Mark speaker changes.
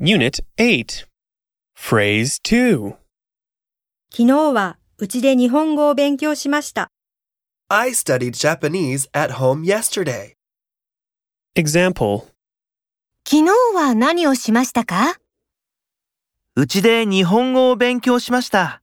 Speaker 1: Unit 8. Phrase 2.
Speaker 2: 昨日はうちで日本語を勉強しました。
Speaker 3: I studied Japanese at home yesterday.
Speaker 1: Example
Speaker 4: 昨日は何をしましたか
Speaker 5: うちで日本語を勉強しました。